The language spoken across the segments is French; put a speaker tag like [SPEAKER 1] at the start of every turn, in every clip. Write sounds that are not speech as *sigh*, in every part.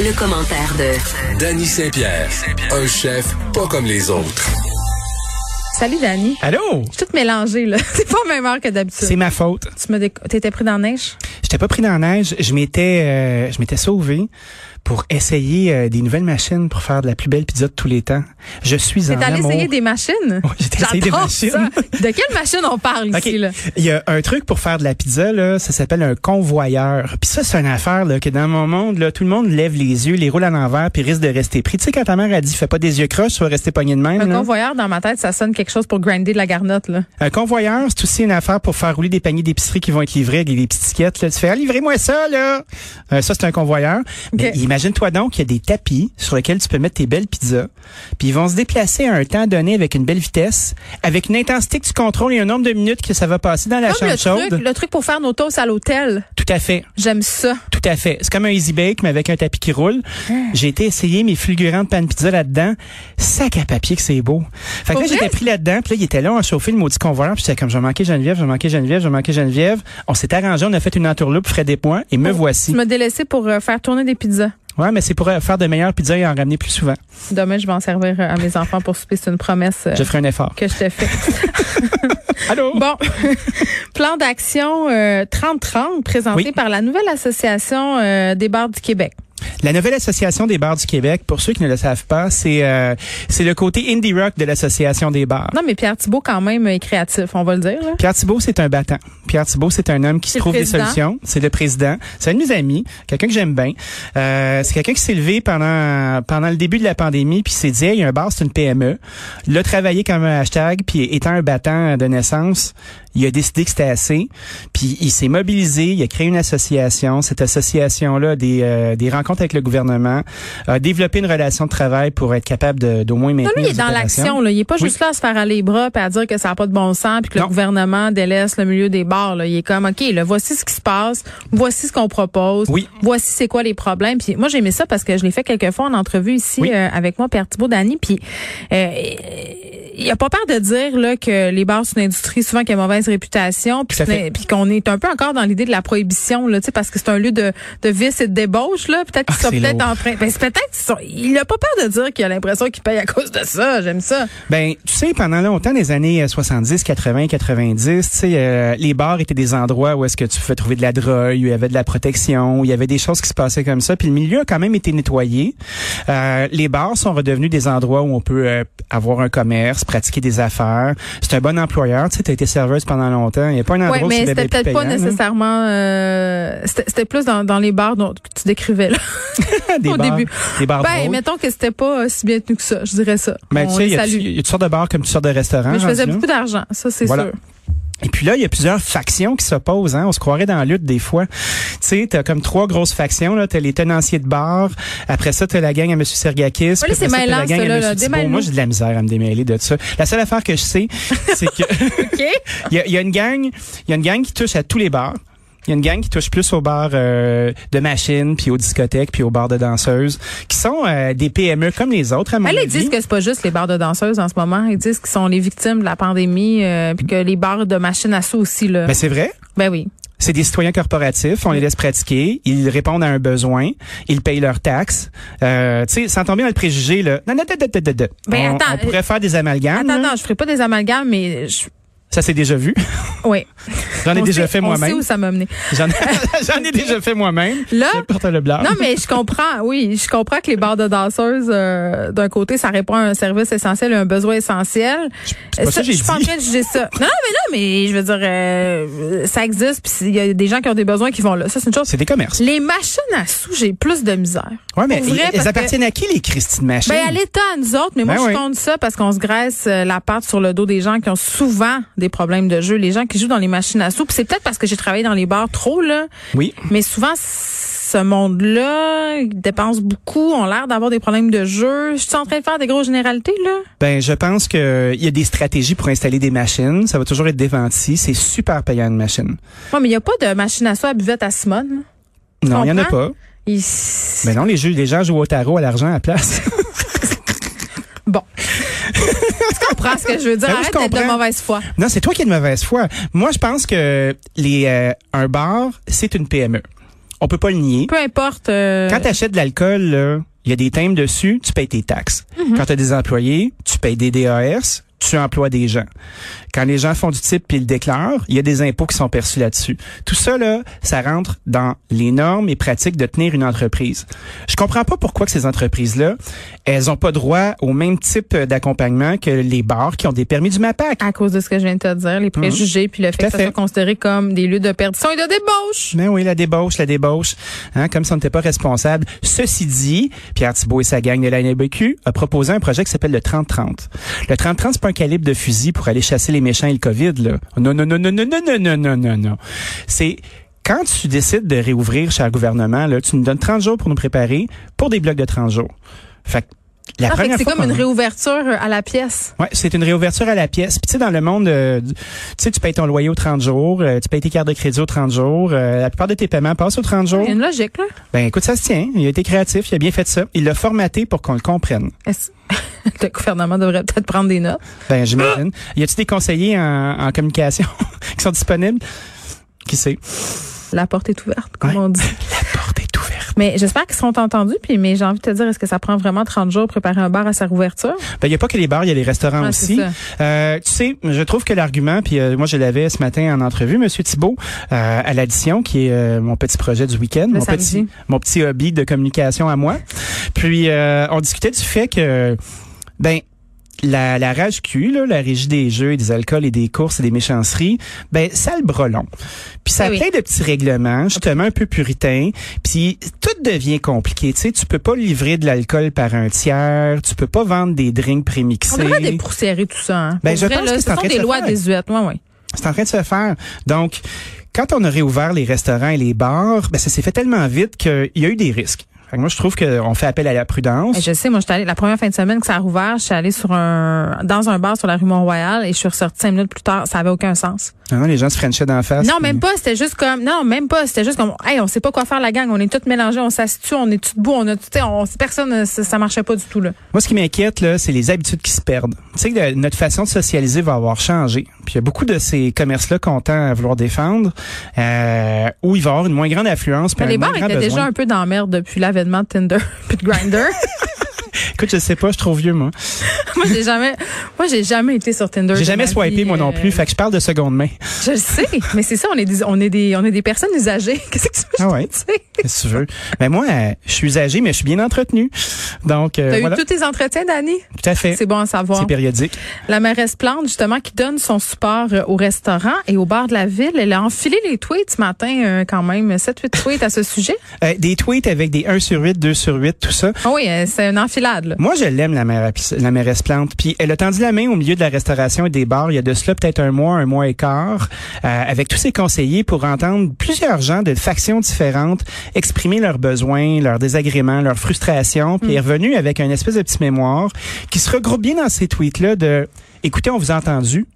[SPEAKER 1] Le, le commentaire de
[SPEAKER 2] Danny Saint-Pierre, un chef pas comme les autres.
[SPEAKER 3] Salut, Dani.
[SPEAKER 4] Allô?
[SPEAKER 3] Je suis toute mélangée, là. *laughs* C'est pas la même heure que d'habitude.
[SPEAKER 4] C'est ma faute.
[SPEAKER 3] Tu me déco- T'étais pris dans la neige?
[SPEAKER 4] J'étais pas pris dans la neige. Je m'étais, euh, je m'étais sauvé pour essayer euh, des nouvelles machines pour faire de la plus belle pizza de tous les temps. Je suis
[SPEAKER 3] T'es
[SPEAKER 4] en
[SPEAKER 3] allé
[SPEAKER 4] amour.
[SPEAKER 3] essayer
[SPEAKER 4] *laughs*
[SPEAKER 3] des machines?
[SPEAKER 4] Oui, j'ai essayé des
[SPEAKER 3] J'adore
[SPEAKER 4] machines.
[SPEAKER 3] ça. De quelle machine on parle
[SPEAKER 4] *laughs* OK.
[SPEAKER 3] ici, là?
[SPEAKER 4] Il y a un truc pour faire de la pizza, là, ça s'appelle un convoyeur. Puis ça, c'est une affaire là, que dans mon monde, là, tout le monde lève les yeux, les roule à l'envers, puis risque de rester pris. Tu sais, quand ta mère a dit, fais pas des yeux croches, tu vas rester pogné de même.
[SPEAKER 3] Un
[SPEAKER 4] là.
[SPEAKER 3] convoyeur, dans ma tête, ça sonne quelque chose pour grinder de la garnotte, là.
[SPEAKER 4] Un Euh, convoyeur, c'est aussi une affaire pour faire rouler des paniers d'épicerie qui vont être livrés avec des petites tickets. Là. Tu fais, ah, livrez-moi ça, là. Euh, ça, c'est un convoyeur. Mais
[SPEAKER 3] Ok.
[SPEAKER 4] imagine-toi donc qu'il y a des tapis sur lesquels tu peux mettre tes belles pizzas. Puis ils vont se déplacer à un temps donné avec une belle vitesse, avec une intensité que tu contrôles et un nombre de minutes que ça va passer dans la
[SPEAKER 3] Comme
[SPEAKER 4] chambre
[SPEAKER 3] le
[SPEAKER 4] chaude.
[SPEAKER 3] truc, le truc pour faire nos toasts à l'hôtel.
[SPEAKER 4] Tout à fait.
[SPEAKER 3] J'aime ça.
[SPEAKER 4] Tout à fait. C'est comme un easy bake, mais avec un tapis qui roule.
[SPEAKER 3] Ah.
[SPEAKER 4] J'ai été essayer mes fulgurants de panne pizza là-dedans. Sac à papier que c'est beau. Fait que
[SPEAKER 3] Pour
[SPEAKER 4] là,
[SPEAKER 3] vrai?
[SPEAKER 4] j'étais pris là-dedans, puis là, il était là, on a chauffé le maudit convoyeur, puis j'étais comme, je manquais Geneviève, je manquais Geneviève, je manquais Geneviève. On s'est arrangé, on a fait une entourloupe, frais des points, et me
[SPEAKER 3] Tu
[SPEAKER 4] voici.
[SPEAKER 3] m'as délaissé pour euh, faire tourner des pizzas.
[SPEAKER 4] Ouais, mais c'est pour euh, faire de meilleures pizzas et en ramener plus souvent.
[SPEAKER 3] Demain, je vais en servir euh, à mes enfants pour souper. C'est une promesse euh,
[SPEAKER 4] Je ferai un effort.
[SPEAKER 3] que je t'ai
[SPEAKER 4] *laughs*
[SPEAKER 3] faite.
[SPEAKER 4] Allô?
[SPEAKER 3] Bon, *laughs* plan d'action euh, 30-30 présenté
[SPEAKER 4] Oui.
[SPEAKER 3] par la nouvelle association euh, des bars du Québec.
[SPEAKER 4] La nouvelle association des bars du Québec, pour ceux qui ne le savent pas, c'est euh, c'est le côté indie rock de l'association des bars.
[SPEAKER 3] Non, mais Pierre Thibault, quand même, est créatif, on va le dire. là.
[SPEAKER 4] Pierre Thibault, c'est un battant. Pierre Thibault, c'est un homme qui
[SPEAKER 3] C'est
[SPEAKER 4] se
[SPEAKER 3] le
[SPEAKER 4] trouve des
[SPEAKER 3] président.
[SPEAKER 4] solutions. C'est le président. C'est un de mes amis, quelqu'un que j'aime bien. Euh, c'est quelqu'un qui s'est levé pendant pendant le début de la pandémie, puis s'est dit, Hey, il y a un bar, c'est une PME. L'a travaillé comme un hashtag, puis étant un battant de naissance, il a décidé que c'était assez. Puis il s'est mobilisé, il a créé une association. Cette association-là, a des, euh, des rencontres avec le gouvernement, a développé une relation de travail pour être capable de- d'au moins
[SPEAKER 3] Non,
[SPEAKER 4] maintenir
[SPEAKER 3] lui, il est
[SPEAKER 4] les
[SPEAKER 3] dans
[SPEAKER 4] opérations.
[SPEAKER 3] l'action. Là. Il est pas
[SPEAKER 4] Oui.
[SPEAKER 3] juste là à se faire aller les bras et à dire que ça n'a pas de bon sens puis que
[SPEAKER 4] Non.
[SPEAKER 3] le gouvernement délaisse le milieu des bars. Là. Il est comme, OK, là, voici ce qui se passe, voici ce qu'on propose,
[SPEAKER 4] Oui.
[SPEAKER 3] voici c'est quoi les problèmes. Puis moi, j'ai aimé ça parce que je l'ai fait quelques fois en entrevue ici
[SPEAKER 4] Oui.
[SPEAKER 3] euh, avec moi, Pierre Thibault, Dany. Puis euh, il a pas peur de dire là, que les bars, c'est une industrie souvent qui a mauvaise réputation puis
[SPEAKER 4] Tout à
[SPEAKER 3] c'est-
[SPEAKER 4] fait.
[SPEAKER 3] puis qu'on est un peu encore dans l'idée de la prohibition, là, tu sais, parce que c'est un lieu de, de vice et de débauche. Là. Peut-être
[SPEAKER 4] Ah,
[SPEAKER 3] qu'ils sont
[SPEAKER 4] c'est
[SPEAKER 3] peut-être
[SPEAKER 4] lourd.
[SPEAKER 3] en train... Ben, c'est peut-être qu'ils sont- Il a pas peur de dire qu'il a l'impression qu'il paye à cause de ça. J'aime ça.
[SPEAKER 4] Ben, tu sais, pendant longtemps, les années euh, 70, 80, 90, tu sais, euh, les bars étaient des endroits où est-ce que tu pouvais trouver de la drogue, où il y avait de la protection, où il y avait des choses qui se passaient comme ça. Puis le milieu a quand même été nettoyé. Euh, les bars sont redevenus des endroits où on peut euh, avoir un commerce, pratiquer des affaires. C'est un bon employeur. Tu sais, t'as été serveuse pendant longtemps. Il n'y a pas un endroit
[SPEAKER 3] Ouais,
[SPEAKER 4] où
[SPEAKER 3] mais
[SPEAKER 4] c'est
[SPEAKER 3] c'était
[SPEAKER 4] bébé
[SPEAKER 3] peut-être
[SPEAKER 4] plus
[SPEAKER 3] pas
[SPEAKER 4] payant, là.
[SPEAKER 3] nécessairement. euh, c'était c'était plus dans, dans les bars dont que tu décrivais là,
[SPEAKER 4] *laughs* des
[SPEAKER 3] au
[SPEAKER 4] bars,
[SPEAKER 3] début.
[SPEAKER 4] Des
[SPEAKER 3] *laughs*
[SPEAKER 4] bars
[SPEAKER 3] Ben,
[SPEAKER 4] drôles.
[SPEAKER 3] mettons que c'était pas euh, si bien tenu que ça. Je dirais ça.
[SPEAKER 4] Ben,
[SPEAKER 3] On
[SPEAKER 4] tu sais, il
[SPEAKER 3] les
[SPEAKER 4] y a-
[SPEAKER 3] salue.
[SPEAKER 4] il y a toutes sortes de bars comme toutes sortes de restaurants.
[SPEAKER 3] mais je faisais
[SPEAKER 4] rendu là.
[SPEAKER 3] beaucoup d'argent, ça c'est
[SPEAKER 4] Voilà. *laughs*
[SPEAKER 3] sûr.
[SPEAKER 4] Et puis là, il y a plusieurs factions qui s'opposent. Hein? On se croirait dans la lutte des fois. Tu sais, t'as comme trois grosses factions. Là, t'as les tenanciers de bar. Après ça, t'as la gang à M. Sergakis. puis
[SPEAKER 3] là, c'est
[SPEAKER 4] après ça, t'as
[SPEAKER 3] mêlant,
[SPEAKER 4] la gang
[SPEAKER 3] ça,
[SPEAKER 4] à
[SPEAKER 3] là, là.
[SPEAKER 4] M. Thibault.
[SPEAKER 3] Démêle-nous.
[SPEAKER 4] Moi, j'ai de la misère à me démêler de ça. La seule affaire que je sais,
[SPEAKER 3] *laughs*
[SPEAKER 4] c'est que *laughs*
[SPEAKER 3] Ok.
[SPEAKER 4] il y a, il y a une gang, il y a une gang qui touche à tous les bars. Il y a une gang qui touche plus aux bars euh, de machines, puis aux discothèques, puis aux bars de danseuses, qui sont euh, des PME comme les autres à mon
[SPEAKER 3] Mais Ben, là, ils
[SPEAKER 4] avis.
[SPEAKER 3] disent que c'est pas juste les bars de danseuses en ce moment. Ils disent qu'ils sont les victimes de la pandémie, euh, puis que les bars de machines à sous aussi là.
[SPEAKER 4] Ben, c'est vrai.
[SPEAKER 3] Ben oui.
[SPEAKER 4] C'est des citoyens corporatifs, on les laisse pratiquer, ils répondent à un besoin, ils payent leurs taxes. Euh, tu sais, sans tomber dans le préjugé, là. Non, non, non, non, non, non, non.
[SPEAKER 3] Ben,
[SPEAKER 4] on,
[SPEAKER 3] attends,
[SPEAKER 4] on pourrait faire des amalgames.
[SPEAKER 3] Attends,
[SPEAKER 4] là.
[SPEAKER 3] attends, je ferai pas des amalgames, mais je...
[SPEAKER 4] Ça, c'est déjà vu.
[SPEAKER 3] ouais.
[SPEAKER 4] J'en ai
[SPEAKER 3] On
[SPEAKER 4] déjà
[SPEAKER 3] sait-
[SPEAKER 4] fait
[SPEAKER 3] On sait
[SPEAKER 4] moi-même.
[SPEAKER 3] où ça m'a mené.
[SPEAKER 4] J'en ai, *laughs* j'en ai déjà fait moi-même.
[SPEAKER 3] Là,
[SPEAKER 4] Je porte le blanc.
[SPEAKER 3] Non, mais je comprends, oui, je comprends que les bars de danseuses, euh, d'un côté, ça répond à un service essentiel, à un besoin essentiel. Euh,
[SPEAKER 4] c'est pas ça que
[SPEAKER 3] je
[SPEAKER 4] j'ai
[SPEAKER 3] suis pas en
[SPEAKER 4] dit.
[SPEAKER 3] train de juger ça. Non, non, mais non, mais je veux dire, euh, ça existe, puis il y a des gens qui ont des besoins qui vont là. Ça, c'est une chose.
[SPEAKER 4] C'est des commerces.
[SPEAKER 3] Les machines à sous, j'ai plus de misère.
[SPEAKER 4] Ouais, mais
[SPEAKER 3] Pour vrai,
[SPEAKER 4] elles-
[SPEAKER 3] parce
[SPEAKER 4] elles
[SPEAKER 3] que-
[SPEAKER 4] appartiennent à qui, les Christine Machine?
[SPEAKER 3] Ben, à l'État, à nous autres, mais moi,
[SPEAKER 4] Ben
[SPEAKER 3] je
[SPEAKER 4] oui.
[SPEAKER 3] compte ça parce qu'on se graisse euh, la patte sur le dos des gens qui ont souvent des problèmes de jeu, les gens qui jouent dans les machines à sous. Puis c'est peut-être parce que j'ai travaillé dans les bars trop, là.
[SPEAKER 4] Oui.
[SPEAKER 3] Mais souvent, ce monde-là dépense beaucoup, ont l'air d'avoir des problèmes de jeu. Je suis en train de faire des grosses généralités, là.
[SPEAKER 4] Ben, je pense que il y a des stratégies pour installer des machines. Ça va toujours être déventi. C'est super payant une machine.
[SPEAKER 3] Ouais, mais il n'y a pas de machine à soi à buvette à Simone. Tu
[SPEAKER 4] Non, il y en a
[SPEAKER 3] comprends?
[SPEAKER 4] pas.
[SPEAKER 3] Il-
[SPEAKER 4] Mais non, les, jeux, les gens jouent au tarot à l'argent à la place.
[SPEAKER 3] Bon. *laughs* tu comprends ce que je veux dire?
[SPEAKER 4] Ben oui,
[SPEAKER 3] Arrête
[SPEAKER 4] je
[SPEAKER 3] d'être de
[SPEAKER 4] comprends.
[SPEAKER 3] mauvaise foi.
[SPEAKER 4] non, c'est toi qui as une mauvaise foi. Moi, je pense que les euh, un bar, c'est une PME. On peut pas le nier.
[SPEAKER 3] Peu importe. euh,
[SPEAKER 4] Quand tu achètes de l'alcool, là, il y a des thèmes dessus, tu payes tes taxes. Quand tu as des employés, tu payes des DAS, tu emploies des gens. Quand les gens font du type puis ils le déclarent, il y a des impôts qui sont perçus là-dessus. Tout ça, là, ça rentre dans les normes et pratiques de tenir une entreprise. Je comprends pas pourquoi que ces entreprises-là, elles ont pas droit au même type d'accompagnement que les bars qui ont des permis du MAPAC.
[SPEAKER 3] à cause de ce que je viens de te dire, les préjugés, puis le fait
[SPEAKER 4] Ah. Tout à
[SPEAKER 3] que ça
[SPEAKER 4] fait.
[SPEAKER 3] soit considéré comme des lieux de perdition et de débauche.
[SPEAKER 4] Mais oui, la débauche, la débauche. Hein, comme si on n'était pas responsable. Ceci dit, Pierre Thibault et sa gang de la NBQ a proposé un projet qui s'appelle le 30-30. Le 30-30, c'est pas un calibre de fusil pour aller chasser les méchants et le COVID, là. Non, non, non, non, non, non, non, non, non, non, non. C'est quand tu décides de réouvrir, cher gouvernement, là, tu nous donnes 30 jours pour nous préparer pour des blocs de 30 jours. Fait que
[SPEAKER 3] Ah, fait
[SPEAKER 4] la
[SPEAKER 3] que
[SPEAKER 4] première
[SPEAKER 3] c'est
[SPEAKER 4] fois
[SPEAKER 3] comme
[SPEAKER 4] qu'on-
[SPEAKER 3] une réouverture euh, à la pièce.
[SPEAKER 4] Ouais, c'est une réouverture à la pièce. Puis tu sais, dans le monde, euh, du- tu sais, tu payes ton loyer aux 30 jours, euh, tu payes tes cartes de crédit aux 30 jours, euh, la plupart de tes paiements passent aux 30 jours.
[SPEAKER 3] Il y a une logique, là.
[SPEAKER 4] Ben écoute, ça se tient. Il a été créatif, il a bien fait ça. Il l'a formaté pour qu'on le comprenne.
[SPEAKER 3] Est-ce- *laughs* le gouvernement devrait peut-être prendre des notes.
[SPEAKER 4] Ben j'imagine. Y a-t-il des conseillers en, en communication *laughs* qui sont disponibles? Qui sait?
[SPEAKER 3] La porte est ouverte, comme
[SPEAKER 4] Ouais.
[SPEAKER 3] on dit.
[SPEAKER 4] La porte est ouverte.
[SPEAKER 3] Mais j'espère qu'ils seront entendus. Puis, mais j'ai envie de te dire, est-ce que ça prend vraiment 30 jours préparer un bar à sa réouverture?
[SPEAKER 4] Ben, il n'y a pas que les bars, il y a les restaurants
[SPEAKER 3] Ouais, Ah, c'est
[SPEAKER 4] aussi. Euh, tu sais, je trouve que l'argument, puis euh, moi je l'avais ce matin en entrevue, Monsieur Thibault, euh, à l'addition, qui est euh, mon petit projet du week-end,
[SPEAKER 3] Le
[SPEAKER 4] mon
[SPEAKER 3] samedi.
[SPEAKER 4] petit, mon petit hobby de communication à moi. Puis euh, on discutait du fait que, ben, la, la RAGQ, là, la Régie des jeux et des alcools et des courses et des méchanceries, ben ça le brelon. Puis ça
[SPEAKER 3] Eh
[SPEAKER 4] a
[SPEAKER 3] oui.
[SPEAKER 4] plein de petits règlements, justement un peu puritain. Puis tout devient compliqué. Tu sais, tu peux pas livrer de l'alcool par un tiers, tu peux pas vendre des drinks prémixés.
[SPEAKER 3] On devrait débroussiérer tout ça. Hein.
[SPEAKER 4] Ben,
[SPEAKER 3] Pour
[SPEAKER 4] je
[SPEAKER 3] là,
[SPEAKER 4] pense que c'est en
[SPEAKER 3] ce sont
[SPEAKER 4] train de
[SPEAKER 3] des
[SPEAKER 4] se
[SPEAKER 3] lois
[SPEAKER 4] faire.
[SPEAKER 3] désuètes. Ouais, ouais.
[SPEAKER 4] C'est en train de se faire. Donc, quand on a réouvert les restaurants et les bars, ben, ça s'est fait tellement vite qu'il y a eu des risques. Fait que moi, je trouve qu'on fait appel à la
[SPEAKER 3] Et
[SPEAKER 4] prudence.
[SPEAKER 3] Ben, je sais, moi, j'étais allée, la première fin de semaine que ça a rouvert, je suis allée sur un, dans un bar sur la rue Mont-Royal et je suis ressortie cinq minutes plus tard. Ça avait aucun sens.
[SPEAKER 4] Non, non, les gens se frenchaient d'en face.
[SPEAKER 3] Non,
[SPEAKER 4] puis-
[SPEAKER 3] même pas. C'était juste comme, non, même pas. C'était juste comme, hey, on sait pas quoi faire la gang. On est toutes mélangées, on s'assitue, on est tout debout, on a tout, tu sais, on, personne, euh, ça, ça marchait pas du tout, là.
[SPEAKER 4] Moi, ce qui m'inquiète, là, c'est les habitudes qui se perdent. Tu sais que la- notre façon de socialiser va avoir changé. Puis il y a beaucoup de ces commerces-là qu'on tend à vouloir défendre, euh, où il va y avoir une moins grande affluence. puis
[SPEAKER 3] Mais
[SPEAKER 4] un
[SPEAKER 3] les
[SPEAKER 4] moins
[SPEAKER 3] bars
[SPEAKER 4] grand
[SPEAKER 3] étaient déjà
[SPEAKER 4] besoin.
[SPEAKER 3] un peu dans la merde depuis l'avènement de Tinder *laughs* puis de Grindr.
[SPEAKER 4] Écoute, je sais pas, je suis trop vieux, moi.
[SPEAKER 3] moi, j'ai jamais, moi, j'ai jamais été sur Tinder.
[SPEAKER 4] J'ai
[SPEAKER 3] de
[SPEAKER 4] jamais
[SPEAKER 3] ma
[SPEAKER 4] swipé,
[SPEAKER 3] vie,
[SPEAKER 4] moi non
[SPEAKER 3] euh,
[SPEAKER 4] plus. Fait que je parle de
[SPEAKER 3] *laughs*
[SPEAKER 4] seconde main.
[SPEAKER 3] Je le sais, mais c'est ça, on est des, on est des, on est des personnes usagées. *laughs* Qu'est-ce que tu veux que je
[SPEAKER 4] Ah ouais.
[SPEAKER 3] te dise?
[SPEAKER 4] Qu'est-ce que tu veux? Ben moi, euh, je suis usagé, mais je suis bien entretenu. Donc, euh,
[SPEAKER 3] T'as
[SPEAKER 4] voilà,
[SPEAKER 3] eu tous tes entretiens, Dani?
[SPEAKER 4] tout à fait.
[SPEAKER 3] C'est bon à savoir.
[SPEAKER 4] C'est périodique.
[SPEAKER 3] La mairesse Plante, justement, qui donne son support euh, au restaurant et au bar de la ville, elle a enfilé les tweets ce matin, euh, quand même, 7-8 tweets à ce sujet.
[SPEAKER 4] Euh, des tweets avec des 1 sur 8, 2 sur 8, tout ça.
[SPEAKER 3] Ah oui, euh, c'est une enfilade, là.
[SPEAKER 4] Moi, je l'aime, la, maire- la mairesse Plante. Puis elle a tendu la main au milieu de la restauration et des bars il y a de cela peut-être un mois, un mois et quart, euh, avec tous ses conseillers pour entendre plusieurs gens de factions différentes exprimer leurs besoins, leurs désagréments, leurs frustrations. Puis elle est
[SPEAKER 3] Hmm.
[SPEAKER 4] revenue avec un espèce de petit mémoire qui se regroupe bien dans ces tweets-là de « Écoutez, on vous a entendu.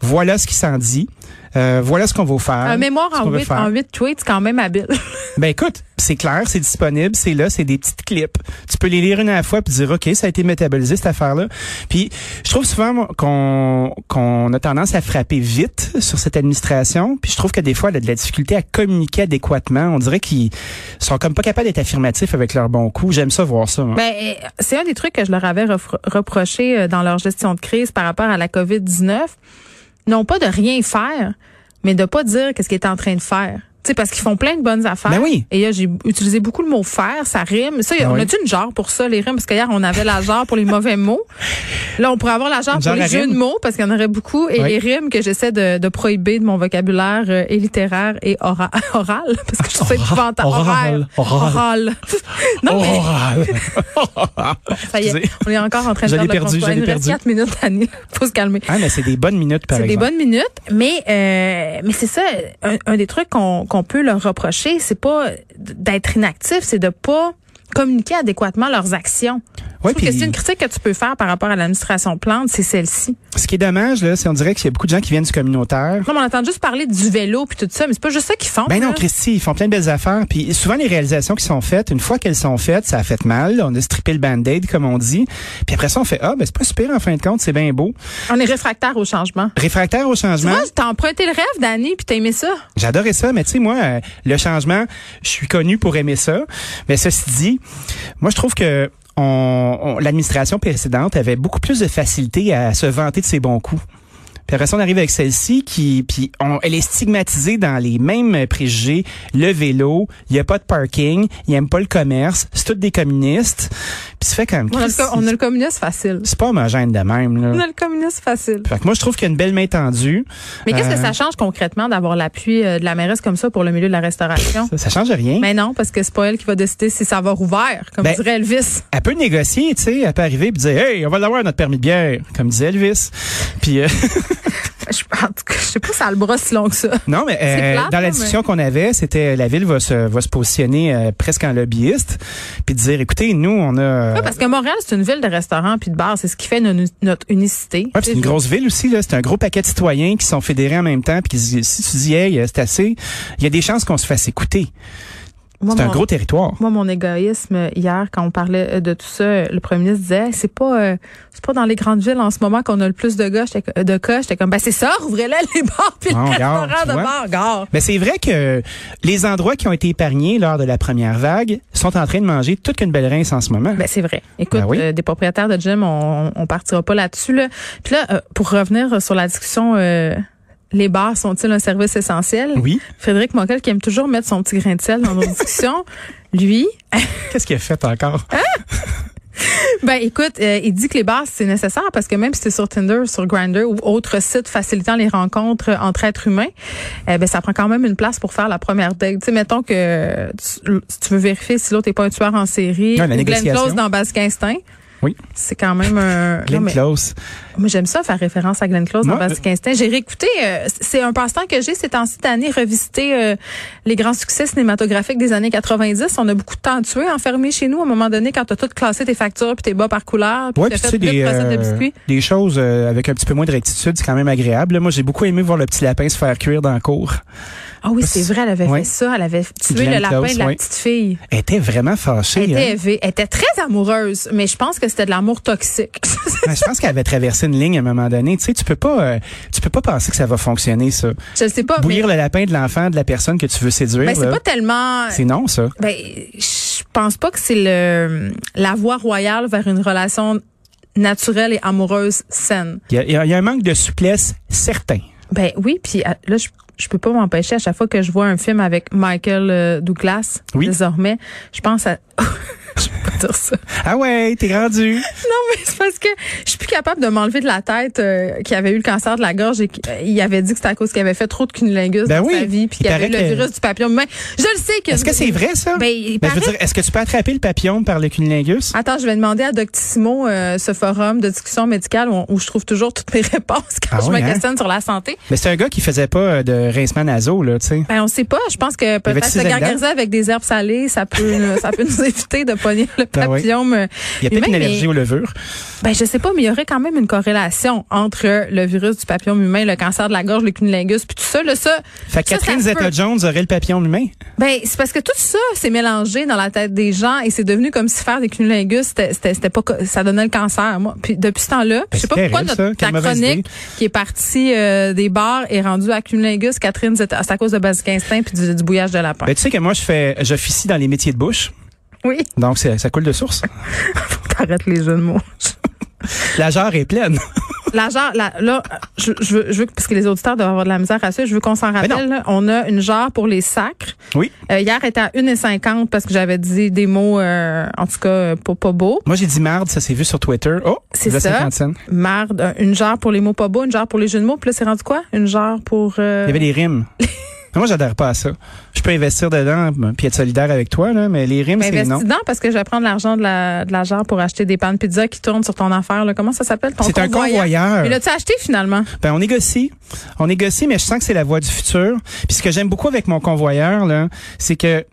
[SPEAKER 4] Voilà ce qui s'en dit. Euh, voilà ce qu'on va faire.
[SPEAKER 3] Un mémoire
[SPEAKER 4] ce
[SPEAKER 3] en
[SPEAKER 4] qu'on veut
[SPEAKER 3] 8,
[SPEAKER 4] faire.
[SPEAKER 3] en huit tweets, c'est quand même habile. *laughs*
[SPEAKER 4] Ben écoute, c'est clair, c'est disponible, c'est là, c'est des petites clips. Tu peux les lire une à la fois puis dire ok, ça a été métabolisé cette affaire-là. Puis je trouve souvent moi, qu'on qu'on a tendance à frapper vite sur cette administration. Puis je trouve que des fois, elle a de la difficulté à communiquer adéquatement. On dirait qu'ils sont comme pas capables d'être affirmatifs avec leur bon coup. J'aime ça voir ça. moi.
[SPEAKER 3] Ben, euh, c'est un des trucs que je leur avais refro- reproché euh, dans leur gestion de crise par rapport à la COVID-19. Non pas de rien faire, mais de pas dire qu'est-ce qu'ils étaient en train de faire. Tu sais, parce qu'ils font plein de bonnes affaires.
[SPEAKER 4] Ben oui.
[SPEAKER 3] Et là, j'ai utilisé beaucoup le mot faire, ça rime. Ça, y a-
[SPEAKER 4] Ah
[SPEAKER 3] on
[SPEAKER 4] oui.
[SPEAKER 3] a-tu une genre pour ça, les rimes? Parce qu'hier, on avait la genre pour les mauvais mots. Là, on pourrait avoir la genre
[SPEAKER 4] Une
[SPEAKER 3] pour
[SPEAKER 4] genre
[SPEAKER 3] les
[SPEAKER 4] à
[SPEAKER 3] jeux de
[SPEAKER 4] rimes.
[SPEAKER 3] mots, parce qu'il y en aurait beaucoup. Et
[SPEAKER 4] Oui.
[SPEAKER 3] les rimes que j'essaie de, de prohiber de mon vocabulaire euh, et littéraire et ora- *laughs* oral. Parce que je trouve ça épouvantable.
[SPEAKER 4] Oral.
[SPEAKER 3] Oral.
[SPEAKER 4] Oral.
[SPEAKER 3] Oral.
[SPEAKER 4] Oh.
[SPEAKER 3] *laughs* Ben, non, mais
[SPEAKER 4] Oral. Oh! *laughs* Ah,
[SPEAKER 3] ça y est,
[SPEAKER 4] Excusez.
[SPEAKER 3] on est encore en train de
[SPEAKER 4] Je
[SPEAKER 3] faire
[SPEAKER 4] l'ai
[SPEAKER 3] le
[SPEAKER 4] perdu,
[SPEAKER 3] contrôle.
[SPEAKER 4] je l'ai
[SPEAKER 3] Il nous reste
[SPEAKER 4] perdu.
[SPEAKER 3] quatre minutes, Annie. *laughs* Faut se calmer.
[SPEAKER 4] Ah, mais c'est des bonnes minutes, par
[SPEAKER 3] C'est des
[SPEAKER 4] exemple.
[SPEAKER 3] bonnes minutes, mais euh, mais c'est ça un, un des trucs qu'on qu'on peut leur reprocher, c'est pas d'être inactif, c'est de pas communiquer adéquatement leurs actions.
[SPEAKER 4] Ouais,
[SPEAKER 3] je trouve que
[SPEAKER 4] puis-
[SPEAKER 3] c'est une critique que tu peux faire par rapport à l'administration plante, c'est celle-ci.
[SPEAKER 4] Ce qui est dommage, là, c'est on dirait qu'il y a beaucoup de gens qui viennent du communautaire.
[SPEAKER 3] Comme on entend juste parler du vélo puis tout ça, mais c'est pas juste ça qu'ils font.
[SPEAKER 4] Ben non,
[SPEAKER 3] là.
[SPEAKER 4] Christy, ils font plein de belles affaires. Puis souvent, les réalisations qui sont faites, une fois qu'elles sont faites, ça a fait mal. On a strippé le band-aid, comme on dit. Puis après ça, on fait, ah, ben c'est pas super en fin de compte, c'est bien beau.
[SPEAKER 3] on est réfractaire au changement.
[SPEAKER 4] Réfractaire au
[SPEAKER 3] Tu
[SPEAKER 4] changement.
[SPEAKER 3] vois, t'as emprunté le rêve d'Annie puis t'as aimé ça.
[SPEAKER 4] J'adorais ça, mais tu sais, moi, euh, le changement, je suis connu pour aimer ça. Mais ceci dit, moi, je trouve que on, on- l'administration précédente avait beaucoup plus de facilité à se vanter de ses bons coups. Puis après ça, on arrive avec celle-ci qui, puis on, elle est stigmatisée dans les mêmes préjugés. Le vélo, il n'y a pas de parking, il aime pas le commerce, c'est tous des communistes. Puis ça fait comme,
[SPEAKER 3] On a, le, co- on a le communiste facile.
[SPEAKER 4] c'est pas homogène de même,
[SPEAKER 3] On
[SPEAKER 4] là.
[SPEAKER 3] a le communiste facile.
[SPEAKER 4] Fait que moi, je trouve qu'il y a une belle main tendue.
[SPEAKER 3] Mais qu'est-ce que
[SPEAKER 4] Euh,
[SPEAKER 3] ça change concrètement d'avoir l'appui euh, de la mairesse comme ça pour le milieu de la restauration?
[SPEAKER 4] ça, ça change rien.
[SPEAKER 3] Mais non, parce que c'est pas elle qui va décider si ça va rouvert, comme
[SPEAKER 4] Ben-
[SPEAKER 3] dirait Elvis. *laughs*
[SPEAKER 4] elle peut négocier, tu sais, elle peut arriver et dire Hey, on va l'avoir notre permis de bière, comme disait Elvis. Puis euh, *laughs*
[SPEAKER 3] Je, en tout cas, je sais pas si ça a le bras si long que ça.
[SPEAKER 4] non, mais
[SPEAKER 3] C'est
[SPEAKER 4] euh,
[SPEAKER 3] plate,
[SPEAKER 4] dans
[SPEAKER 3] là,
[SPEAKER 4] la discussion qu'on avait, c'était la ville va se va se positionner euh, presque en lobbyiste, puis dire écoutez, nous on a
[SPEAKER 3] Ouais, parce que Montréal, c'est une ville de restaurants puis de bars. C'est ce qui fait no- notre unicité.
[SPEAKER 4] Ouais, puis c'est une grosse ville aussi là, c'est un gros paquet de citoyens qui sont fédérés en même temps, puis qui se disent, si tu dis hey, euh, c'est assez, il y a des chances qu'on se fasse écouter.
[SPEAKER 3] Moi,
[SPEAKER 4] c'est un
[SPEAKER 3] mon-
[SPEAKER 4] gros
[SPEAKER 3] *laughs*
[SPEAKER 4] territoire.
[SPEAKER 3] Moi, mon égoïsme, hier, quand on parlait euh, de tout ça, euh, le premier ministre disait, c'est pas, euh, c'est pas dans les grandes villes en ce moment qu'on a le plus de gars, J'étais co- euh, de cas. J'étais comme, ben, c'est ça, rouvrez-les, les bars puis
[SPEAKER 4] Ah,
[SPEAKER 3] le
[SPEAKER 4] regarde,
[SPEAKER 3] restaurant
[SPEAKER 4] tu
[SPEAKER 3] de
[SPEAKER 4] vois.
[SPEAKER 3] bars, gare.
[SPEAKER 4] Mais c'est vrai que les endroits qui ont été épargnés lors de la première vague sont en train de manger toute une belle rince en ce moment.
[SPEAKER 3] Ben, c'est vrai. Écoute,
[SPEAKER 4] Ben oui.
[SPEAKER 3] euh, des propriétaires de gym, on, on partira pas là-dessus. Là. Puis là, euh, pour revenir sur la discussion, euh, les bars sont-ils un service essentiel?
[SPEAKER 4] oui.
[SPEAKER 3] Frédéric Moquel, qui aime toujours mettre son petit grain de sel dans nos *laughs* discussions, lui,
[SPEAKER 4] Qu'est-ce qu'il a fait encore?
[SPEAKER 3] ben écoute, euh, il dit que les bars, c'est nécessaire parce que même si c'est sur Tinder, sur Grindr ou autre site facilitant les rencontres euh, entre êtres humains, eh ben ça prend quand même une place pour faire la première date. Tu sais, mettons que euh, tu, si tu veux vérifier si l'autre est pas un tueur en série,
[SPEAKER 4] Ouais, la
[SPEAKER 3] ou Glenn
[SPEAKER 4] négociation.
[SPEAKER 3] Close dans Basque Instinct.
[SPEAKER 4] Oui.
[SPEAKER 3] C'est quand même un...
[SPEAKER 4] Glenn
[SPEAKER 3] Non, mais-
[SPEAKER 4] Close.
[SPEAKER 3] Moi, j'aime ça faire référence à Glenn Close dans
[SPEAKER 4] Moi,
[SPEAKER 3] Basic Instinct. J'ai réécouté, euh, c'est un passe-temps que j'ai ces temps-ci d'année, revisiter euh, les grands succès cinématographiques des années 90. On a beaucoup de temps tué enfermé chez nous à un moment donné quand t'as tout classé tes factures puis tes bas par couleur puis
[SPEAKER 4] Ouais,
[SPEAKER 3] t'as
[SPEAKER 4] puis tu
[SPEAKER 3] fait
[SPEAKER 4] sais,
[SPEAKER 3] huit
[SPEAKER 4] des,
[SPEAKER 3] recettes de
[SPEAKER 4] euh,
[SPEAKER 3] biscuits.
[SPEAKER 4] des choses euh, avec un petit peu moins de rectitude, c'est quand même agréable. Moi, j'ai beaucoup aimé voir le petit lapin se faire cuire dans la cour.
[SPEAKER 3] Ah oui, c'est vrai, elle avait
[SPEAKER 4] Ouais.
[SPEAKER 3] fait ça. Elle avait tué
[SPEAKER 4] Glenn
[SPEAKER 3] le lapin
[SPEAKER 4] Close,
[SPEAKER 3] de la
[SPEAKER 4] ouais.
[SPEAKER 3] petite fille.
[SPEAKER 4] Elle était vraiment fâchée.
[SPEAKER 3] Elle était,
[SPEAKER 4] *laughs* hein.
[SPEAKER 3] élevée. Elle était très amoureuse, mais je pense que c'était de l'amour toxique. *laughs*
[SPEAKER 4] Ouais, je pense qu'elle avait traversé une ligne à un moment donné. Tu sais, tu peux pas, euh, tu peux pas penser que ça va fonctionner, ça.
[SPEAKER 3] je le sais pas, Ah, mais
[SPEAKER 4] Bouillir le lapin de l'enfant, de la personne que tu veux séduire,
[SPEAKER 3] ben, c'est
[SPEAKER 4] là,
[SPEAKER 3] pas tellement...
[SPEAKER 4] c'est non, ça.
[SPEAKER 3] Ben, je pense pas que c'est le la voie royale vers une relation naturelle et amoureuse saine.
[SPEAKER 4] Il y a- il y, a- il y a un manque de souplesse certain.
[SPEAKER 3] Ben oui, puis à- là je je peux pas m'empêcher à chaque fois que je vois un film avec Michael euh, Douglas
[SPEAKER 4] Oui.
[SPEAKER 3] désormais, je pense à *laughs* je peux pas dire ça.
[SPEAKER 4] Ah ouais, t'es
[SPEAKER 3] *laughs*
[SPEAKER 4] rendu.
[SPEAKER 3] Non, mais c'est parce que je suis plus capable de m'enlever de la tête euh, qu'il avait eu le cancer de la gorge et qu'il euh, avait dit que c'était à cause qu'il avait fait trop de cunnilingus
[SPEAKER 4] Ben
[SPEAKER 3] dans
[SPEAKER 4] oui.
[SPEAKER 3] sa vie puis
[SPEAKER 4] Il
[SPEAKER 3] qu'il avait eu le
[SPEAKER 4] paraît que-
[SPEAKER 3] virus du papillon. Mais je le sais que
[SPEAKER 4] Est-ce que c'est vrai, ça?
[SPEAKER 3] Ben, il
[SPEAKER 4] Ben, je veux
[SPEAKER 3] paraît- Ah.
[SPEAKER 4] dire, est-ce que tu peux attraper le papillon par le cunnilingus?
[SPEAKER 3] Attends, je vais demander à Doctissimo euh, ce forum de discussion médicale où, où je trouve toujours toutes mes *laughs* réponses quand
[SPEAKER 4] Ah
[SPEAKER 3] je
[SPEAKER 4] oui,
[SPEAKER 3] me
[SPEAKER 4] hein?
[SPEAKER 3] questionne sur la santé.
[SPEAKER 4] Mais c'est un gars qui faisait pas euh, de rincement nasaux, là, tu sais.
[SPEAKER 3] Ben on sait pas, je pense que
[SPEAKER 4] avait-tu
[SPEAKER 3] peut-être se
[SPEAKER 4] ses ailes
[SPEAKER 3] gargariser avec des herbes salées, ça peut
[SPEAKER 4] *laughs*
[SPEAKER 3] euh, ça peut nous éviter de pogner le
[SPEAKER 4] Ben oui.
[SPEAKER 3] papillome. euh,
[SPEAKER 4] Il y a peut-être
[SPEAKER 3] humain,
[SPEAKER 4] une
[SPEAKER 3] mais-
[SPEAKER 4] allergie aux levures.
[SPEAKER 3] Ben je sais pas, mais il y aurait quand même une corrélation entre le virus du papillome humain, le cancer de la gorge, le cunnilingus, puis tout ça là ça.
[SPEAKER 4] Fait que
[SPEAKER 3] ça,
[SPEAKER 4] Catherine
[SPEAKER 3] ça se peut.
[SPEAKER 4] Zeta-Jones aurait le papillon humain.
[SPEAKER 3] Ben c'est parce que tout ça s'est mélangé dans la tête des gens et c'est devenu comme si faire des cunnilingus c'était c'était c'était pas co- ça donnait le cancer moi. Puis depuis ce temps-là, je sais
[SPEAKER 4] Ben, c'est
[SPEAKER 3] pas pourquoi
[SPEAKER 4] terrible,
[SPEAKER 3] notre
[SPEAKER 4] ça. Quelle
[SPEAKER 3] ta
[SPEAKER 4] mauvaise idée.
[SPEAKER 3] chronique qui est partie euh, des bars et rendue à cunnilingus, Catherine Zeta- c'est à cause de Basic Instinct puis du, du bouillage de lapin.
[SPEAKER 4] Ben, tu sais que moi, je fais, j'officie dans les métiers de bouche.
[SPEAKER 3] Oui,
[SPEAKER 4] Donc, c'est- ça coule de source.
[SPEAKER 3] t'arrêtes les jeux de mots.
[SPEAKER 4] La jarre est pleine.
[SPEAKER 3] *laughs* la jarre, la- là, je, je veux, je veux que- parce que les auditeurs doivent avoir de la misère à ça, je veux qu'on s'en
[SPEAKER 4] Ben
[SPEAKER 3] rappelle. là. on a une jarre pour les sacres.
[SPEAKER 4] Oui.
[SPEAKER 3] Euh, hier, elle était à 1,50 parce que j'avais dit des mots, euh, en tout cas, euh, pas, pas beaux.
[SPEAKER 4] Moi, j'ai dit marde, ça s'est vu sur Twitter. Oh,
[SPEAKER 3] C'est
[SPEAKER 4] la
[SPEAKER 3] ça.
[SPEAKER 4] cinquantaine.
[SPEAKER 3] Marde, euh, une jarre pour les mots pas beaux, une jarre pour les jeux de mots. Puis là, c'est rendu quoi? Une jarre pour... euh,
[SPEAKER 4] Il y avait
[SPEAKER 3] *laughs*
[SPEAKER 4] des rimes. Mais Moi, j'adhère pas à ça. Je peux investir dedans ben, puis être solidaire avec toi, là, mais les rimes,
[SPEAKER 3] Ben,
[SPEAKER 4] c'est non.
[SPEAKER 3] investis dedans parce que je vais prendre l'argent de la, de la jarre pour acheter des pains de pizza qui tournent sur ton affaire. Là. Comment ça s'appelle? ton
[SPEAKER 4] C'est un convoyeur.
[SPEAKER 3] Mais l'as-tu acheté finalement?
[SPEAKER 4] Ben, on négocie. On négocie, mais je sens que c'est la voie du futur. Puis ce que j'aime beaucoup avec mon convoyeur, là, c'est que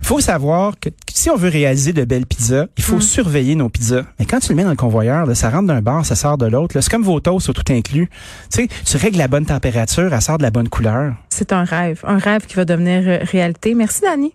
[SPEAKER 4] faut savoir que si on veut réaliser de belles pizzas, il faut surveiller nos pizzas. Mais quand tu le mets dans le convoyeur, là, ça rentre d'un bar, ça sort de l'autre. là. C'est comme vos toasts au tout inclus. Tu sais, tu règles la bonne température, elle sort de la bonne couleur.
[SPEAKER 3] C'est un rêve. Un rêve qui va devenir euh, réalité. Merci, Dani.